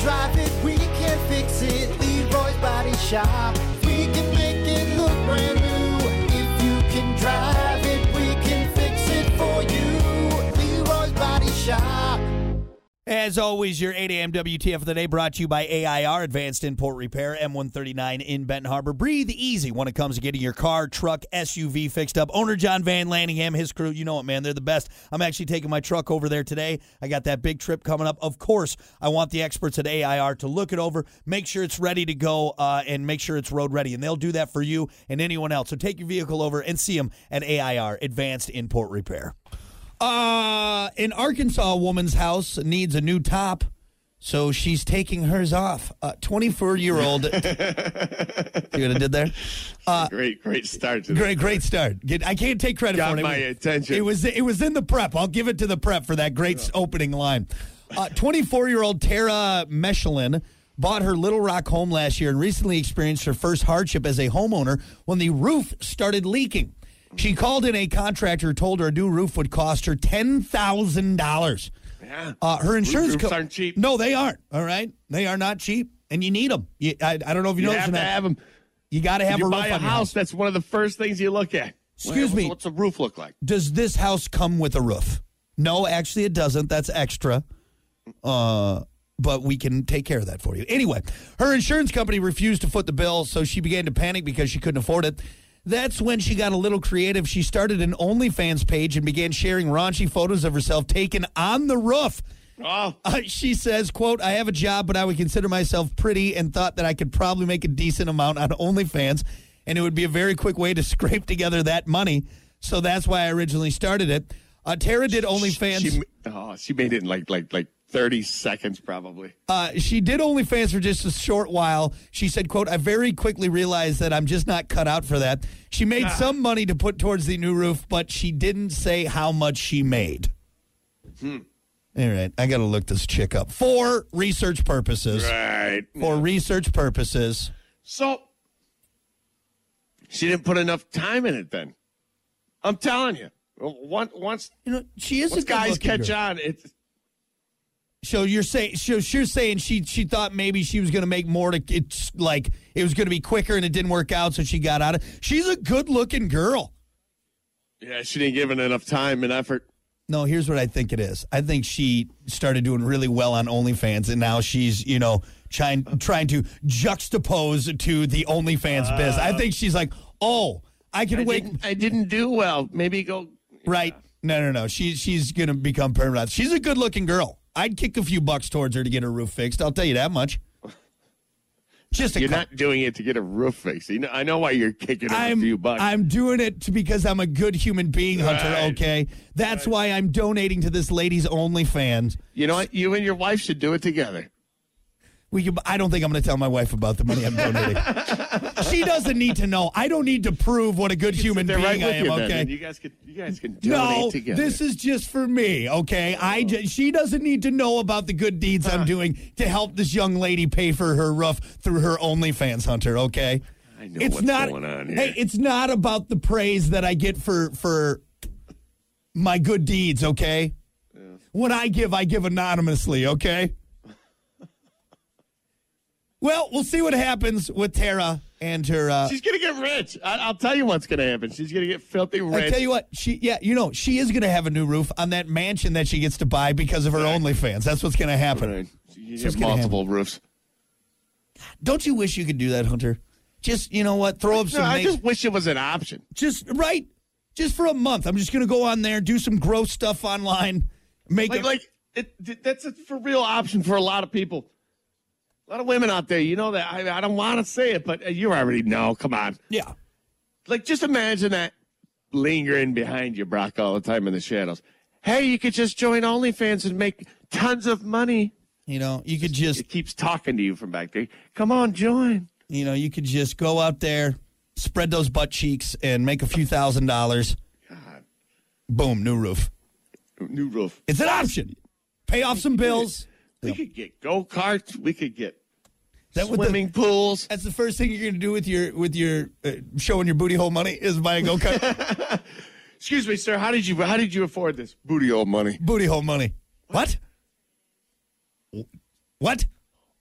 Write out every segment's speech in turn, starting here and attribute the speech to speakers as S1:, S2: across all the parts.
S1: drive it, we can fix it. Leroy's Body Shop. We can make it look brand new. If you can drive it, we can fix it for you. Leroy's Body Shop.
S2: As always, your 8 a.m. WTF of the day brought to you by AIR, Advanced Import Repair, M139 in Benton Harbor. Breathe easy when it comes to getting your car, truck, SUV fixed up. Owner John Van Lanningham, his crew, you know it, man. They're the best. I'm actually taking my truck over there today. I got that big trip coming up. Of course, I want the experts at AIR to look it over, make sure it's ready to go, uh, and make sure it's road ready. And they'll do that for you and anyone else. So take your vehicle over and see them at AIR, Advanced Import Repair. Uh, an Arkansas woman's house needs a new top, so she's taking hers off. Uh, 24 year old. See what I did there?
S3: Great, great start to
S2: Great, great start. Get- I can't take credit
S3: Got
S2: for it. It
S3: my
S2: was-
S3: attention.
S2: It was it was in the prep. I'll give it to the prep for that great s opening line. Twenty four year old Tara Mechelin bought her Little Rock home last year and recently experienced her first hardship as a homeowner when the roof started leaking. She called in a contractor who told her a new roof would cost her ten thousand dollars.
S3: Yeah.
S2: Uh, her insurance
S3: roofs
S2: co-
S3: aren't cheap.
S2: No, they aren't. All right, they are not cheap, and you need them. You, I, I don't know if you,
S3: You
S2: know
S3: have to have them.
S2: You got to have
S3: You
S2: a
S3: buy
S2: roof
S3: a
S2: on your
S3: house, that's one of the first things you look at.
S2: Excuse
S3: Well,
S2: me.
S3: What's a roof look like?
S2: does this house come with a roof? No, actually, it doesn't. That's extra. Uh, but we can take care of that for you. Anyway, her insurance company refused to foot the bill, so she began to panic because she couldn't afford it. That's when she got a little creative. She started an OnlyFans page and began sharing raunchy photos of herself taken on the roof.
S3: Oh,
S2: Uh, she says, "quote I have a job, but I would consider myself pretty, and thought that I could probably make a decent amount on OnlyFans, and it would be a very quick way to scrape together that money. So that's why I originally started it. Uh, Tara did OnlyFans.
S3: She, oh, she made it in like like like thirty seconds probably.
S2: Uh, she did OnlyFans for just a short while. She said, "quote I very quickly realized that I'm just not cut out for that." She made some money to put towards the new roof, but she didn't say how much she made.
S3: Hmm.
S2: All right, I got to look this chick up for research purposes.
S3: Right.
S2: for research purposes.
S3: So she didn't put enough time in it. Then I'm telling you, once once,
S2: You know, she is
S3: once
S2: a
S3: guys
S2: good-looking
S3: catch
S2: girl.
S3: on, it's
S2: So you're saying, so she's saying she she thought maybe she was going to make more to it's like it was going to be quicker and it didn't work out, so she got out of. She's a good looking girl.
S3: yeah, she didn't give it enough time and effort.
S2: No, here's what I think it is. I think she started doing really well on OnlyFans, and now she's you know trying trying to juxtapose to the OnlyFans biz. I think she's like, oh, I can
S3: Uh. I
S2: wait.
S3: didn't, I didn't do well. Maybe go.
S2: Right. No, no, no. She, she's going to become permanent. She's a good looking girl. I'd kick a few bucks towards her to get her roof fixed. I'll tell you that much. Just a
S3: You're
S2: cou-
S3: not doing it to get a roof fix. You know, I know why you're kicking up
S2: I'm,
S3: a few bucks.
S2: I'm doing it to, because I'm a good human being, Hunter,
S3: Right.
S2: okay? That's why I'm donating to this lady's OnlyFans.
S3: you know what? You and your wife should do it together.
S2: We can, I don't think I'm going to tell my wife about the money I'm donating. she doesn't need to know. I don't need to prove what a good human
S3: They're
S2: being
S3: right with
S2: I am,
S3: you, then.
S2: okay?
S3: and You guys could. You guys can donate
S2: No,
S3: together. Oh.
S2: this is just for me, okay? I ju- she doesn't need to know about the good deeds I'm doing to help this young lady pay for her roof through her OnlyFans hunter, okay?
S3: I know what's going on here.
S2: Hey, it's not about the praise that I get for for my good deeds, okay? What I give, I give anonymously, okay? well, we'll see what happens with Tara and her uh,
S3: She's gonna get rich. I, I'll tell you what's gonna happen. She's gonna get filthy rich.
S2: I tell you what, she yeah, you know, she is going to have a new roof on that mansion that she gets to buy because of her OnlyFans. That's what's going to happen.
S3: Right. You
S2: it's
S3: get
S2: gonna
S3: multiple roofs.
S2: Don't you wish you could do that, Hunter? Just you know what, throw up
S3: No,
S2: some.
S3: I
S2: make-
S3: just wish it was an option.
S2: just right, just for a month. I'm just going to go on there, do some gross stuff online, make
S3: Like,
S2: it.
S3: like it, th- that's a for real option for a lot of people. A lot of women out there, you know that. I, I don't want to say it, but uh, you already know. Come on,
S2: yeah.
S3: like just imagine that lingering behind you, Brock, all the time in the shadows. Hey, you could just join OnlyFans and make tons of money.
S2: You know, you could just
S3: It keeps talking to you from back there. Come on, join.
S2: you know you could just go out there, spread those butt cheeks, and make a few thousand dollars.
S3: God,
S2: Boom, new roof.
S3: new roof.
S2: It's an option. Pay off some bills.
S3: We could get go karts. We could get
S2: Is that what the-
S3: swimming pools.
S2: That's the first thing you're going to do with your with your uh, showing your booty hole money is buy a go kart
S3: Excuse me, sir. How did you how did you afford this booty old money?
S2: booty hole money. What? What?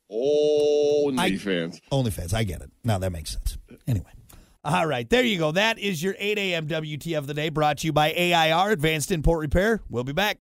S3: Only
S2: I-
S3: fans.
S2: OnlyFans. I get it. Now that makes sense. Anyway. All right. There you go. That is your 8 a.m. WTF of the day brought to you by AIR Advanced Import Repair. We'll be back.